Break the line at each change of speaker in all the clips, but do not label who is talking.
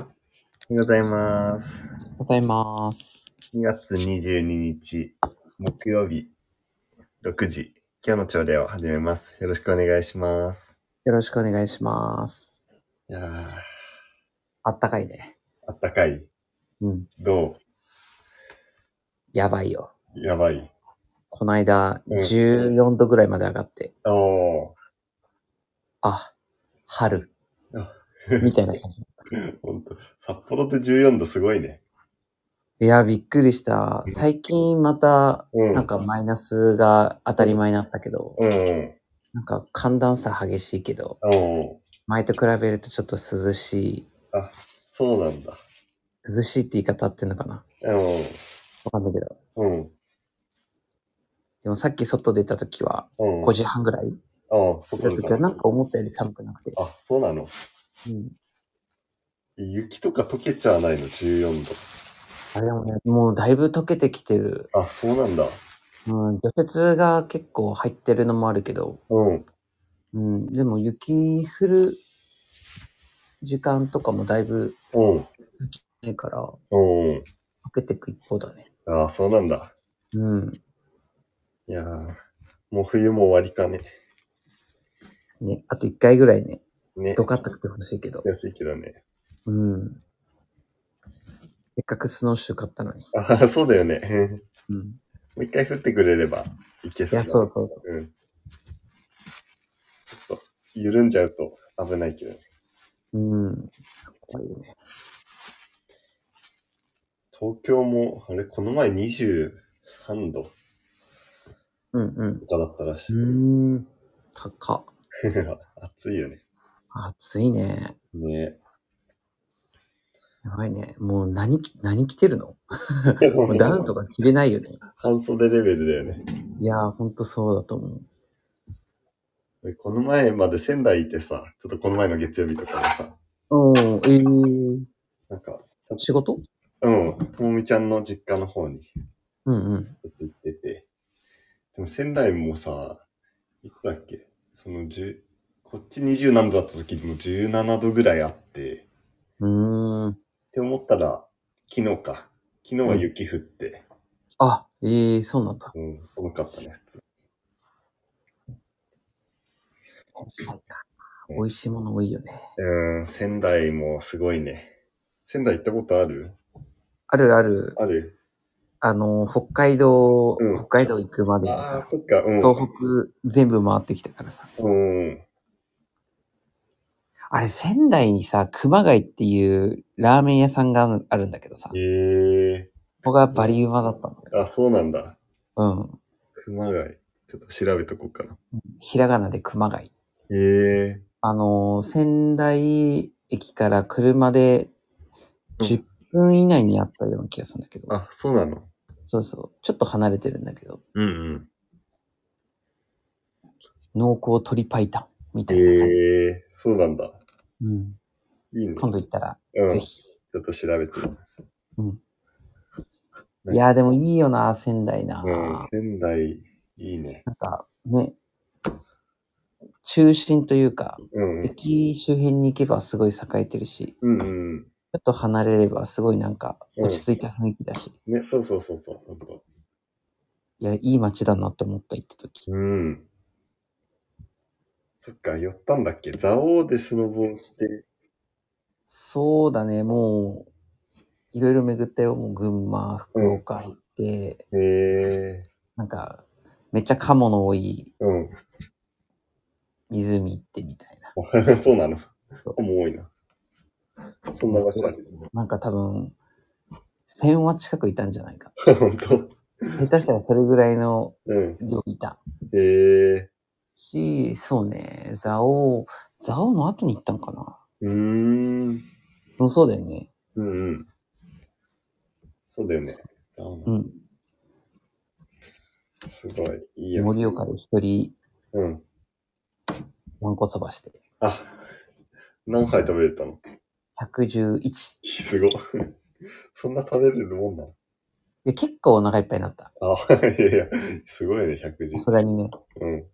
おはようございます。
ございます。
2月22日、木曜日、6時、今日の朝礼を始めます。よろしくお願いします。
よろしくお願いします。
いやー、
あったかいね。
あったかい。
うん。
ど
やばいよ。
うやばい。
この間、
うん
14度ぐらいまで上がって、
お
あ、春
あ。
みたいな感じ。
ー、ほんと、札幌って14度すごいね。
いや、びっくりした。最近また、
うん。
なんかマイナスが当たり前になったけど、
うんうん。
なんか寒暖差激しいけど、
おー、
前と比べるとちょっと涼しい。
そうなんだ。
涼しいって言い方合ってんのかなわかんないけど。
うん。うん。
でもさっき外出た時は、
うん。
5時半ぐらい
ああ、
出
外
た
出
時
た
はなんか思ったより寒くなくて。
あ、そうなの。
うん
雪とか溶けちゃわないの、14度。
あれもね、もうだいぶ溶けてきてる。
あ、そうなんだ。
うん、除雪が結構入ってるのもあるけど、
うん。
うん、でも雪降る時間とかもだいぶ
うん。
ないから、
う
溶
ん。
けてく一方だね。
ああ、そうなんだ。
うん。
いやー、もう冬も終わりかね。
ね、あと一回ぐらいね、
ね。
ドカッと来てほしいけど。
悔しいけどね。
うん。せっかくスノーシュー買ったのに。
ああ、そうだよね。
うん。
もう一回降ってくれればいけ
い
そうだ
や、
ね。
そうそうそう。
うん。ちょっと、緩んじゃうと危ないけどね。
うん。怖いよね。
東京も、あれ、この前23度
うんうん。
とかだったらしい。
うーん。高っ。
暑いよね。
暑いね。
ね
やばいね。もう何着、何着てるの
え。も
もうダウンと
か。
か着れないよね。
半袖レベルだよね。
いやー、ほんとそうだと思う。
俺この前まで仙台いてさ、ちょっとこの前の月曜日とかでさ、
おー、えー、
なんか、ちょっ
仕事
と、うん、ともみちゃんの実家の方に
うんうん。
ちょっと行ってて。でも仙台もさ、いつだっけその10、こっち20何度だった時にも17度ぐらいあって、
うーん。
って思ったら、昨日か。昨日は雪降って、
あ、えー、そうなんだ。
うん、寒かったね。
美味しいもの多いよね。
うん、仙台もすごいね。仙台行ったことある
あるある、
ある
あのー、北海道、
うん
北海道行くまでに
あ
さ
あ、、そっか、うん。
東北全部回ってきたからさ。
うん。
あれ、仙台にさ、熊谷っていうラーメン屋さんがあるんだけどさ、こ
ええ
こがバリうまだったんだよ。
あ、そうなんだ。
うん。
熊谷。ちょっと調べとこうかな。
ひらがなで熊谷。
ええ
あのー、仙台駅から車で10分以内にあったような気がするんだけど、
あ、そうなの
そうそう、ちょっと離れてるんだけど、
うんうん。
濃厚鶏白湯みた
へ
いな感じ。
えー、そうなんだ。
うん、
いいね。
今度行ったら、
うん、
ぜ
ち
ひ。
ょっと調べてみます。
いやーでもいいよな、仙台な。
うん、仙台、いいね。
なんかね、中心というか、
うん、うん
駅周辺に行けばすごい栄えてるし、ち
うんうん。
ょっと離れればすごいなんか落ち着いた雰囲気だし、
ね、そうそうそうそう、ほんと。
いや、いい街だなって思った行った時。
うん。そっか、寄ったんだっけ蔵王でスノボをして、
そうだね、もう、いろいろ巡ったよ。もう群馬、福岡行って、
へえ
なんか、めっちゃカモの多い
ー、うん。
湖行ってみたいな。
そうなの。
そう
もう多いな。そんな場所ある。
なんか多分、1000羽近くいたんじゃないか。
ほんと。
下手したらそれぐらいの
うん。
量いた。
へえ
し、そうね、蔵王、蔵王の後に行ったんかな。
ー、うーん。
もうそうだよね。
うんうん。そうだよね。蔵王な
う
の
ん。
すごい。いいよ。
盛岡で一人、
うん。
わんこそばして。
あ、何杯食べれたの
111。い
すご。 そんな食べれるもんなの
や結構お腹いっぱいになった。
あ、いやいや、すごいね、
さ
110。
すがにね。
うん。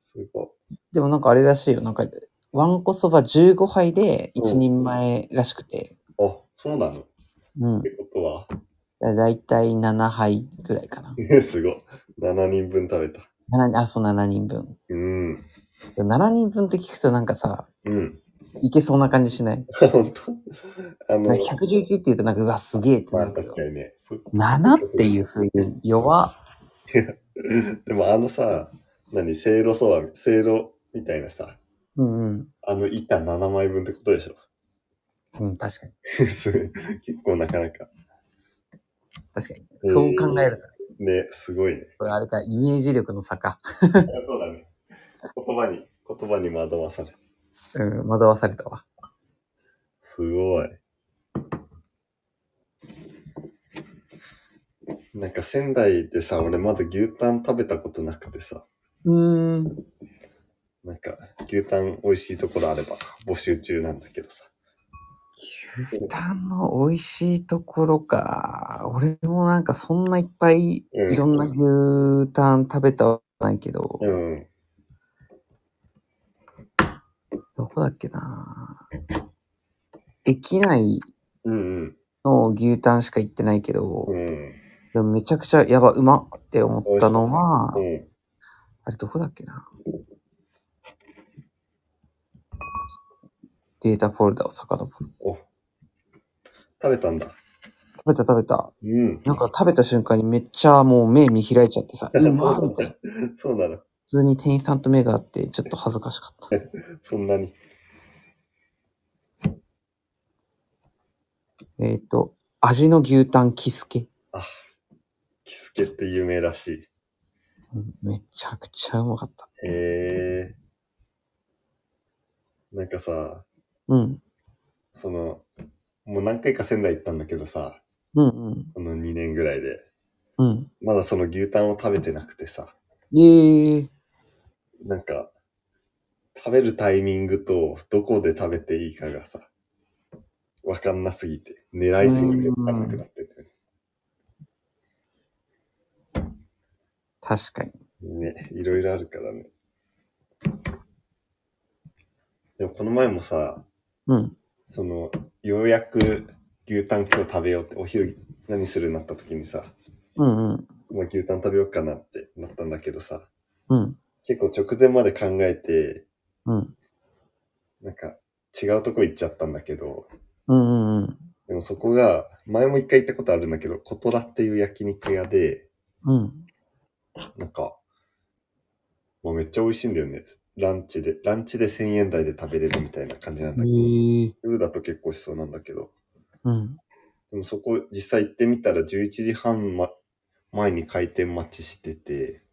すご
でもなんかあれらしいよ。なんか、わんこそば15杯で一人前らしくて、
あ、そうなのっ
うん。
てことは、
だいたい7杯ぐらいかな。
すごい。7人分食べた。
7人あ、そう、7人分。
うん。
7人分って聞くとなんかさ、
うん。
いけそうな感じしない
本当あの、
なんか119って言うとなんか、うわ、すげえって
ま
な
あ
るけど
確か。にね。そ
7っていう数字、弱っ。
でもあのさ、何、せいろそば、せいろみたいなさ、
うんうん。
あの板7枚分ってことでしょ。
うん、確かに。
結構なかなか。
確かに。そう考えると、ね、
ね、すごいね。
これあれか、イメージ力の差か。
そうだね。言葉に、言葉に惑わされ。
うん、惑わされたわ。
すごい。なんか仙台でさ、俺まだ牛タン食べたことなくてさ、
うーん。
なんか牛タン美味しいところあれば募集中なんだけどさ。
牛タンの美味しいところか。俺もなんかそんないっぱいい
うん
ろんな牛タン食べたことないけど、
うん。
どこだっけな。駅内
うん
の牛タンしか行ってないけど
うん。う、ん。
でもめちゃくちゃやば、うまって思ったのは、
うん。
あれどこだっけな。データフォルダを遡る。
お。食べたんだ。
食べた食べた。
うん。
なんか食べた瞬間にめっちゃもう目見開いちゃってさ、うまーみたいな。
そうなの。
普通に店員さんと目があって、ちょっと恥ずかしかった。
そんなに。
えっ、と、味の牛タンキスケ。
あ、キスケって有名らしい。
うんめちゃくちゃうまかった。
へえ。なんかさ、
うん。
その、もう何回か仙台行ったんだけどさ、
うんうん。
この2年ぐらいで、
うん。
まだその牛タンを食べてなくてさ、
ええー。
なんか、食べるタイミングとどこで食べていいかがさ、わかんなすぎて、狙いすぎてわかんなくなってて。
確かに。
ね、いろいろあるからね。でもこの前もさ、
うん。
その、ようやく牛タン今日食べようって、お昼何するなった時にさ、
うんうん。
まあ、牛タン食べようかなってなったんだけどさ、
うん。
結構直前まで考えて、
うん。
なんか違うとこ行っちゃったんだけど、
うんうんうん。
でもそこが、前も一回行ったことあるんだけど、コトラっていう焼肉屋で、
うん。
なんか、もうめっちゃ美味しいんだよね。ランチで、ランチで1000円台で食べれるみたいな感じなんだけど、
ええー。
夜だと結構しそうなんだけど、
うん。
でもそこ実際行ってみたら11時半、ま、前に開店待ちしてて、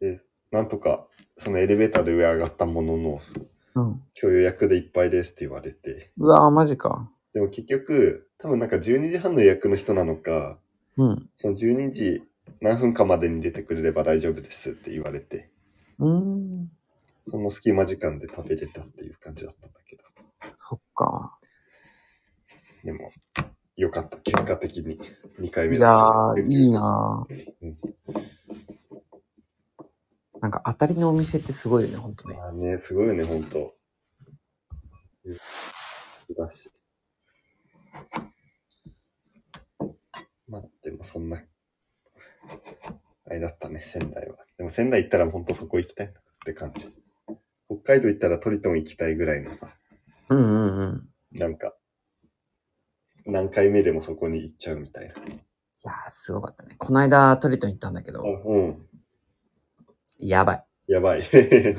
で、なんとかそのエレベーターで上上がったものの、
うん。
今日予約でいっぱいですって言われて、
うわー、マジか。
でも結局、多分なんか12時半の予約の人なのか、
うん。
その12時何分かまでに出てくれれば大丈夫ですって言われて、
うーん。
その隙間時間で食べれたっていう感じだったんだけど、
そっか。
でも、よかった、結果的に2回目
いやー、いいなー
うん。
なんか当たりのお店ってすごいよね、ほんとね。
まあね、すごいよね、ほんと。だし。まあ、でもそんな、あれだったね、仙台は。でも仙台行ったらほんとそこ行きたいなって感じ。北海道行ったらトリトン行きたいぐらいのさ、
うんうんうん。
なんか、何回目でもそこに行っちゃうみたいな。
いやー、すごかったね。この間、トリトン行ったんだけど、
うん。
やばい。
やばい。
相変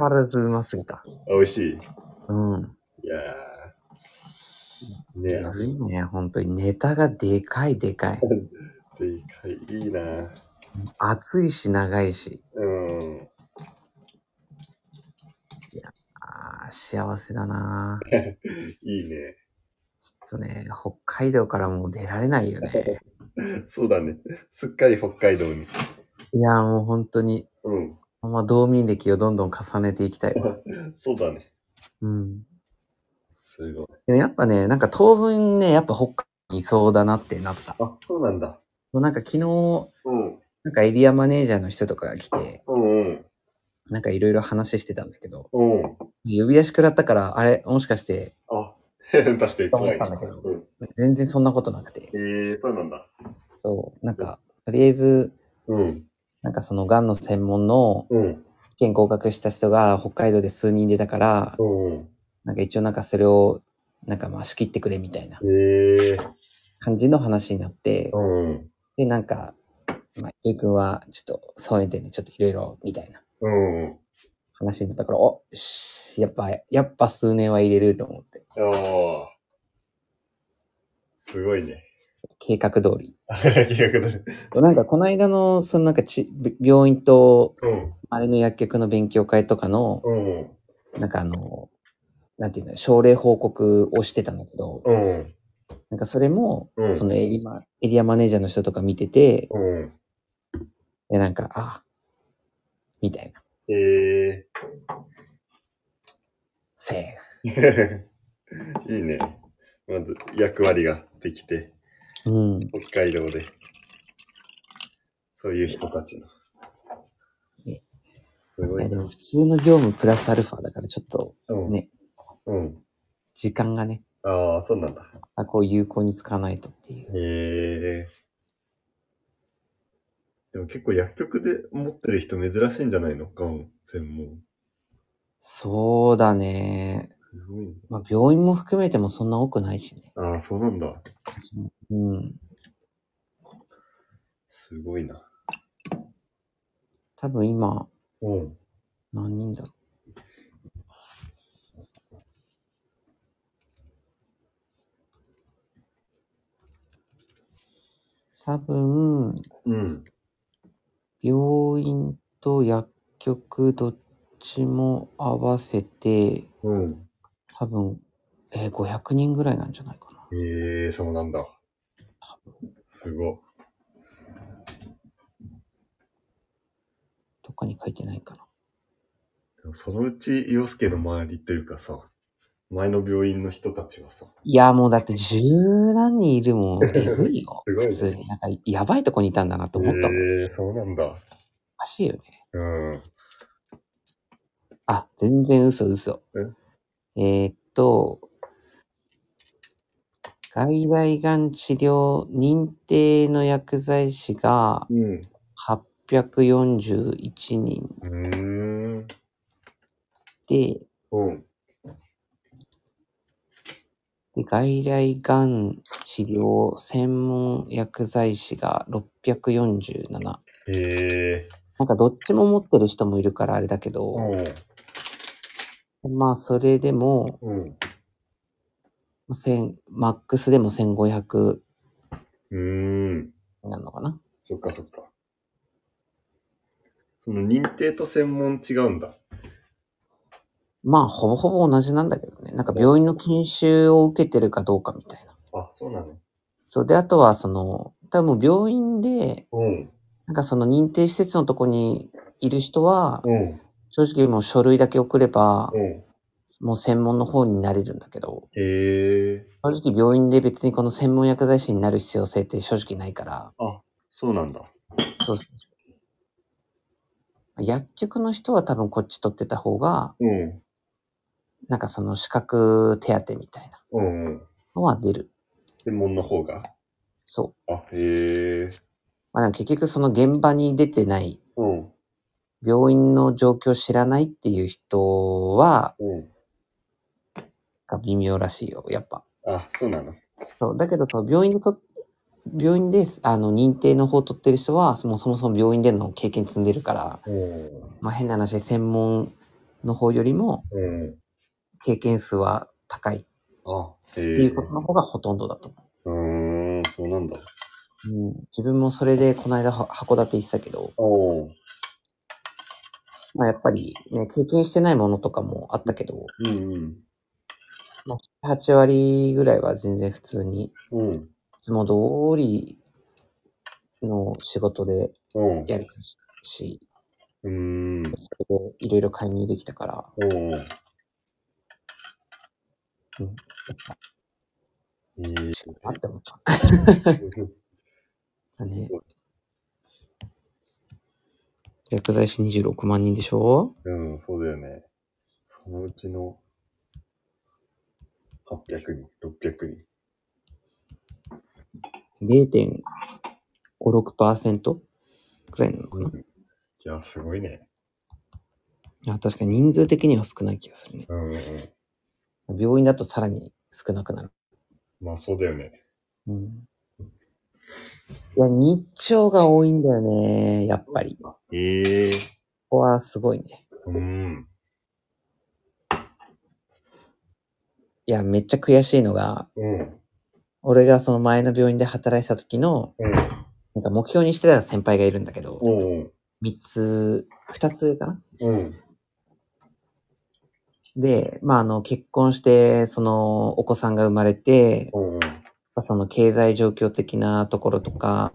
わらずうますぎた。
美味しい。
うん。
いやー。ね
いやいいね、本当に。ネタがでかいでかい。
でかい。いいなぁ
暑いし、長いし。
うん。
あー幸せだなー
いいね。
ちょっとね、北海道からもう出られないよ ね。
そうだね。すっかり北海道に。
いやー、もう本当に、
うん。
まあ、道民歴をどんどん重ねていきたいわ。
そうだね。
うん。
すごい。
でもやっぱね、なんか当分ね、やっぱ北海道にいそうだなってなった。
あ、そうなんだ。
なんか昨日、
うん。
なんかエリアマネージャーの人とかが来て、
うんうん。
なんかいろいろ話してたんだけど、
うん。
呼び出し食らったから、あれ、もしかして、
あ、 確かに怖い
と思ったんだけど
うん、
全然そんなことなくて
え。ー、そうなんだ。
そう、なんか、とりあえず、
うん。
なんかその、がんの専門の
うん。
試験合格した人が北海道で数人出たから、
うん。
なんか一応なんかそれを、なんかまあ仕切ってくれみたいな
えー、
感じの話になって、
うん。で
で、なんか、まあ、ゆうくんはちょっと、総園店でちょっといろいろみたいな
うん。
話になったから、およし、やっぱ、やっぱ数年は入れると思って、
ああ。すごいね。
計画通り。
ありがとう
なんかこの間の、そのなんかち、病院と、
うん。
あれの薬局の勉強会とかの、
うん。
なんかあの、なんていうんだ、症例報告をしてたんだけど、
うん。
なんかそれも、
うん
そのエリマエリアマネージャーの人とか見てて、
うん。
で、なんか、あ、みたいな、
え
セーフ。
ー。いいね。まず役割ができて、
うん。
北海道で。そういう人たちの。
ね
すご
いや
い
でも
な。
普通の業務プラスアルファだからちょっと
うん。
ね
うん。
時間がね、
ああ、そうなんだ。
あこう有効に使わないとっていう。
へえ。でも結構薬局で持ってる人珍しいんじゃないのがん専門。
そうだね。
すごいね。
まあ病院も含めてもそんな多くないしね。
ああ、そうなんだ。
うん。
すごいな。
多分今
うん。
何人だろう。多分
うん。
病院と薬局どっちも合わせて
うん。
多分、えー、500人ぐらいなんじゃないかな。
ええ、そうなんだ。すごい。
どっかに書いてないかな。
でもそのうち、洋介の周りというかさ、前の病院の人たちはさ、
いや、もうだって十何人いるも ん、えぐいよ。
すごいね
普通に。なんか、やばいとこにいたんだなと
え
思ったもん。お
えそうなんだ。
かしいよね。
うん。
あ、全然嘘嘘。えーっと、外来がん治療認定の薬剤師が
うん。
841人
うーん。
で、
うん。
で外来がん治療専門薬剤師が647。な
ええ
んかどっちも持ってる人もいるからあれだけど、まあそれでも、
うん。
1000マックスでも1500
うん。うーん。
なのかな
そっかそっか。その認定と専門違うんだ。
まあほぼほぼ同じなんだけどね。なんか病院の研修を受けてるかどうかみたいな。
あ、そうなの
そうで、あとはその、多分病院で、
うん。
なんかその認定施設のとこにいる人は、
うん。
正直もう書類だけ送れば、
うん。
もう専門の方になれるんだけど、
へえ。
正直病院で別にこの専門薬剤師になる必要性って正直ないから、
そうなんだ。
そうそうそう薬局の人は多分こっち取ってた方が、
うん。
なんかその資格手当みたいな
うんうん。
のは出る。
専門の方が。
そう。
あ、へえ。
まあ、なんか結局その現場に出てない、
うん。
病院の状況を知らないっていう人は、
うん。
微妙らしいよ、やっぱ。
あ、そうなの。
そう。だけど、その病院でと、病院で、あの、認定の方を取ってる人は、そもそもそも病院での経験積んでるから、
うん。
まあ、変な話で専門の方よりも
うん。
経験数は高いって
あ、へえ。
いうことの方がほとんどだと思
うーん、そうなんだ。
う。うん、自分もそれでこの間は函館行ってたけど、
おうん。
まあ、やっぱり、ね、経験してないものとかもあったけど、
うん
まあ、8割ぐらいは全然普通に、い
うん。うん。
つも通りの仕事で
うん。
やれたし、
うーん。
それでいろいろ介入できたから、
おう
うん
えー
しあって思った。だね。薬剤師26万人でしょ
うん、そうだよね。そのうちの800人、600人。
?0.56% くらいなのかな、い
いや、すごいね。
や、確かに人数的には少ない気がするね。
うん、うん。
病院だとさらに少なくなる。
まあそうだよね。
うん。いや、日照が多いんだよね、やっぱり。こ
ええ
こはすごいね。
うん。
いや、めっちゃ悔しいのが、
うん。
俺がその前の病院で働いてた時の、
うん。
なんか目標にしてた先輩がいるんだけど、
うん。
3つ、2つ上かな
うん。
で、まあ、あの、結婚して、その、お子さんが生まれて、
うん。うん。
その経済状況的なところとか、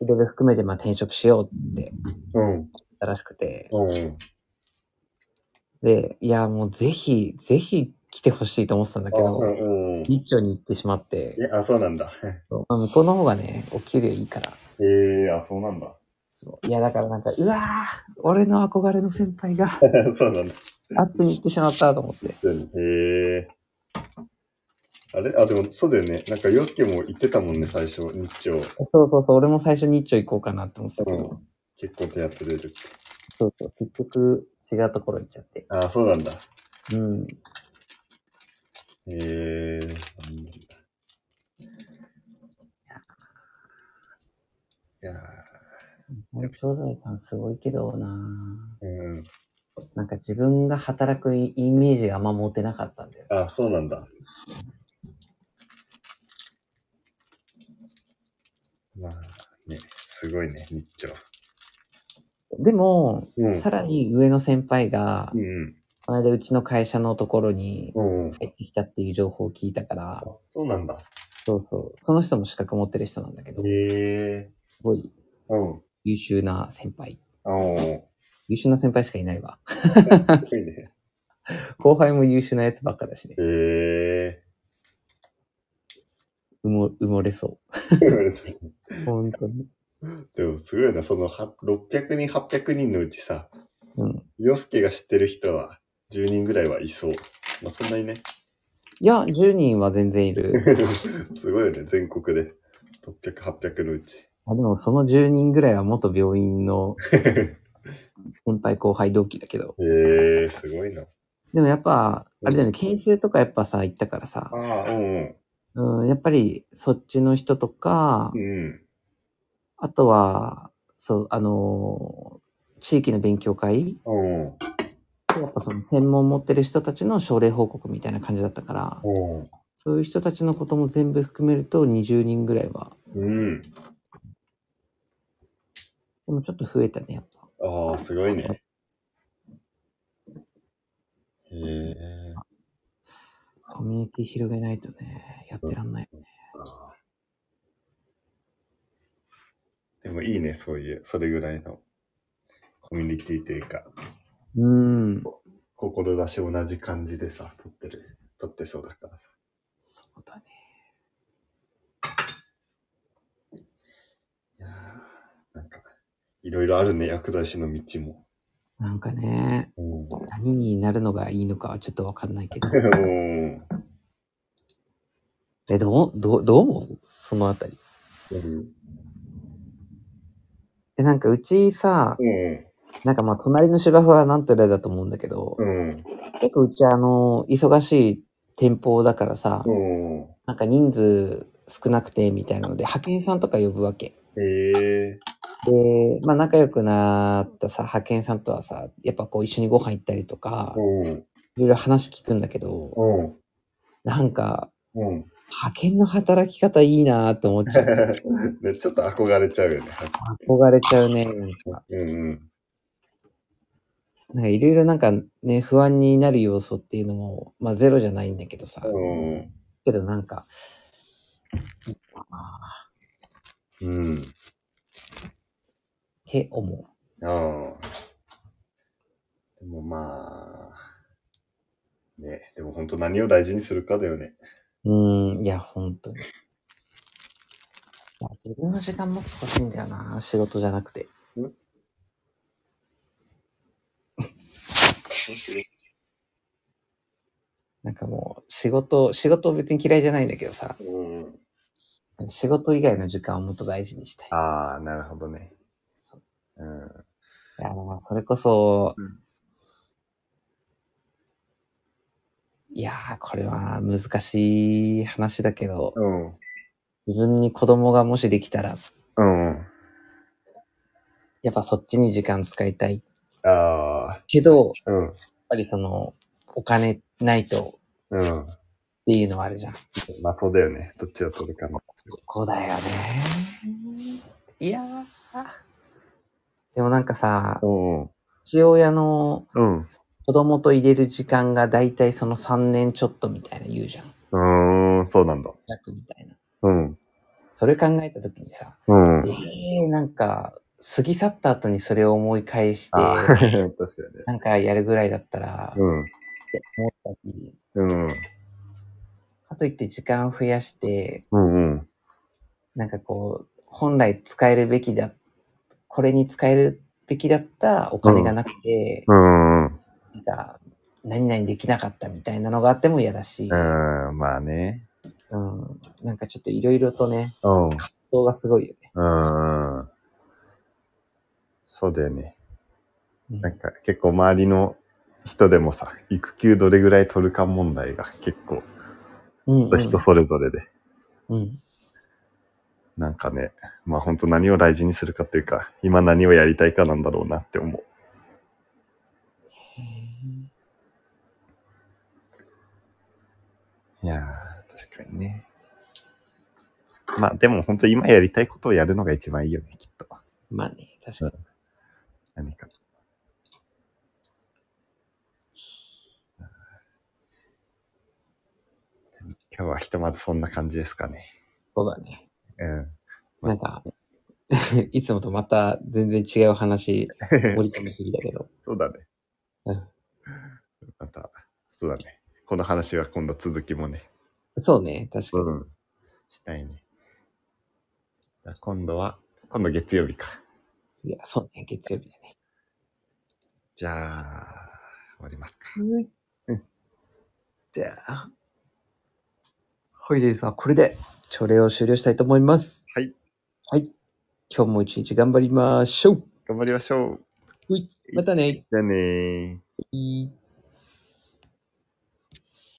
いろいろ含めて、まあ、転職しようって
うん。
言ったらしくて、
うん。
で、いや、もうぜひ、ぜひ来てほしいと思ってたんだけ
う
ど、
ん。うん。
日朝に行ってしまって、
え、あ、そうなんだ。
まあ、向こうの方がね、お給料いいから。
ええあ、そうなんだ。
そういや、だからなんか、うわぁ、俺の憧れの先輩が、
そうなんだ。
あっちに行ってしまったと思って。
へえあれあ、でもそうだよね。なんか、洋介も言ってたもんね、最初、日曜。
そうそうそう、俺も最初日朝行こうかなって思ってたけど、
うん結構手当てれるって。
そうそう、結局違うところ行っちゃって。
あ、そうなんだ。
うん。
へえそうなんだいや
調剤感すごいけどなぁ
ーうん。
なんか自分が働くイメージがあんま持てなかったんだよ。
あ、そうなんだ。まあ、ね、すごいね、日朝。
でも、
うん
さらに上の先輩が、
うん。
この間うちの会社のところに
うん。
入ってきたっていう情報を聞いたから
あ、そうなんだ。
そうそう、その人も資格持ってる人なんだけど、す
へえ
ごい
うん。
優秀な先輩。
あお。
優秀な先輩しかいないわ。
すごいね。
後輩も優秀なやつばっかだしね。
へえ
埋も埋もれそ
ー。
う。本当に。
でもすごいな、そのは600人、800人のうちさ、
うん。
洋介が知ってる人は10人ぐらいはいそう。まあそんなにね、
いや、10人は全然いる。
すごいよね、全国で。600、800のうち。
あでもその10人ぐらいは元病院の先輩後輩同期だけど。
へえー、すごいな。
でもやっぱ、あれだよね、研修とかやっぱさ、行ったからさ
あ、あ、うんうん。
うん、やっぱりそっちの人とか
う、ん。
あとは、そう、あのー地域の勉強会
うん。
やっぱその専門持ってる人たちの症例報告みたいな感じだったから、
うん。
そういう人たちのことも全部含めると20人ぐらいは。
うん。
でもちょっと増えたね、やっぱ。
ああ、すごいね。へえー。
コミュニティ広げないとね、やってらんない。
でもいいね、そういう、それぐらいのコミュニティというか、
うん。
志同じ感じでさ、撮ってる、撮ってそうだからさ。
そうだね。
いやーなんか、いろいろあるね、薬剤師の道も。
なんかね、
うん。
何になるのがいいのかはちょっとわかんな いけど。
うん
え、どう、どう、どう思うそのあたり。
うん。
え、なんかうちさ、
うん。
なんかまあ隣の芝生はなんと例だと思うんだけど、
うん。
結構うちはあの、忙しい店舗だからさ、
うん。
なんか人数少なくてみたいなので、派遣さんとか呼ぶわけ。
へえ
で、まあ仲良くなったさ、派遣さんとはさ、やっぱこう一緒にご飯行ったりとか、
うん。
いろいろ話聞くんだけど、
うん。
なんか、
うん。
派遣の働き方いいなって思っちゃう。
ね、ちょっと憧れちゃうよね。
憧れちゃうね。なんか、
うんうん。
なんかいろいろなんかね、不安になる要素っていうのも、まあゼロじゃないんだけどさ、
うん。
けどなんか、
うん。
って思う。
ああ。でもまあ、ね、でも本当何を大事にするかだよね。
うーん、いや、本当に。自分の時間もっと欲しいんだよな、仕事じゃなくて。なんかもう、仕事、仕事別に嫌いじゃないんだけどさ、
うん。
仕事以外の時間をもっと大事にしたい。
ああ、なるほどね。
そう
うん。
いや、まあそれこそ、
うん
いやー、これは難しい話だけど、
うん。
自分に子供がもしできたら、
うんうん。
やっぱそっちに時間使いたい
ああ、
けど、やっ
うん。
ぱりその、お金ないと
うん。
っていうのはあるじゃん。
まあそうだよね。どっちを取るかも。
ここだよね。いやー。でもなんかさ、
うん。
父親の
うん。
子供と入れる時間がだいたいその3年ちょっとみたいな言うじゃん。
うーん、そうなんだ。
約みたいな。
うん。
それ考えたときにさ、
うん。
えー、なんか、過ぎ去った後にそれを思い返して、
ああ、確かにね。
なんかやるぐらいだったら、って
うん。
思ったり、
うん。
かといって時間を増やして、
うんうん。
なんかこう、本来使えるべきだ、これに使えるべきだったお金がなくて、
うんうん。
なんか、何々できなかったみたいなのがあっても嫌だし、
うん、まあね。
うん、なんかちょっといろいろとね、
うん。
動画すごいよね。
うん。そうだよね。
うん
なんか結構周りの人でもさ、育休どれぐらい取るか問題が結構
うん、うん
人それぞれで。
うん。
なんかね、まあ本当何を大事にするかっていうか、今何をやりたいかなんだろうなって思う。いやー、確かにね。まあでも本当今やりたいことをやるのが一番いいよね、きっと。
まあね、確かに。
何か。今日はひとまずそんな感じですかね。
そうだね。
うん。
なんか、 いつもとまた全然違う話盛り込みすぎだけど。
そうだね。
うん
また、そうだね。この話は今度続きもね。
そうね、確かに。
ん。したいね。じゃあ今度は、今度月曜日か。
次は、そうね、月曜日だね。
じゃあ、終わりますか。
うん。じゃあ、ホイデイさん、これで、朝礼を終了したいと思います。
はい。
はい。今日も一日頑張りましょう。
頑張りましょう。
ほいまたね。
じゃあねー。
いい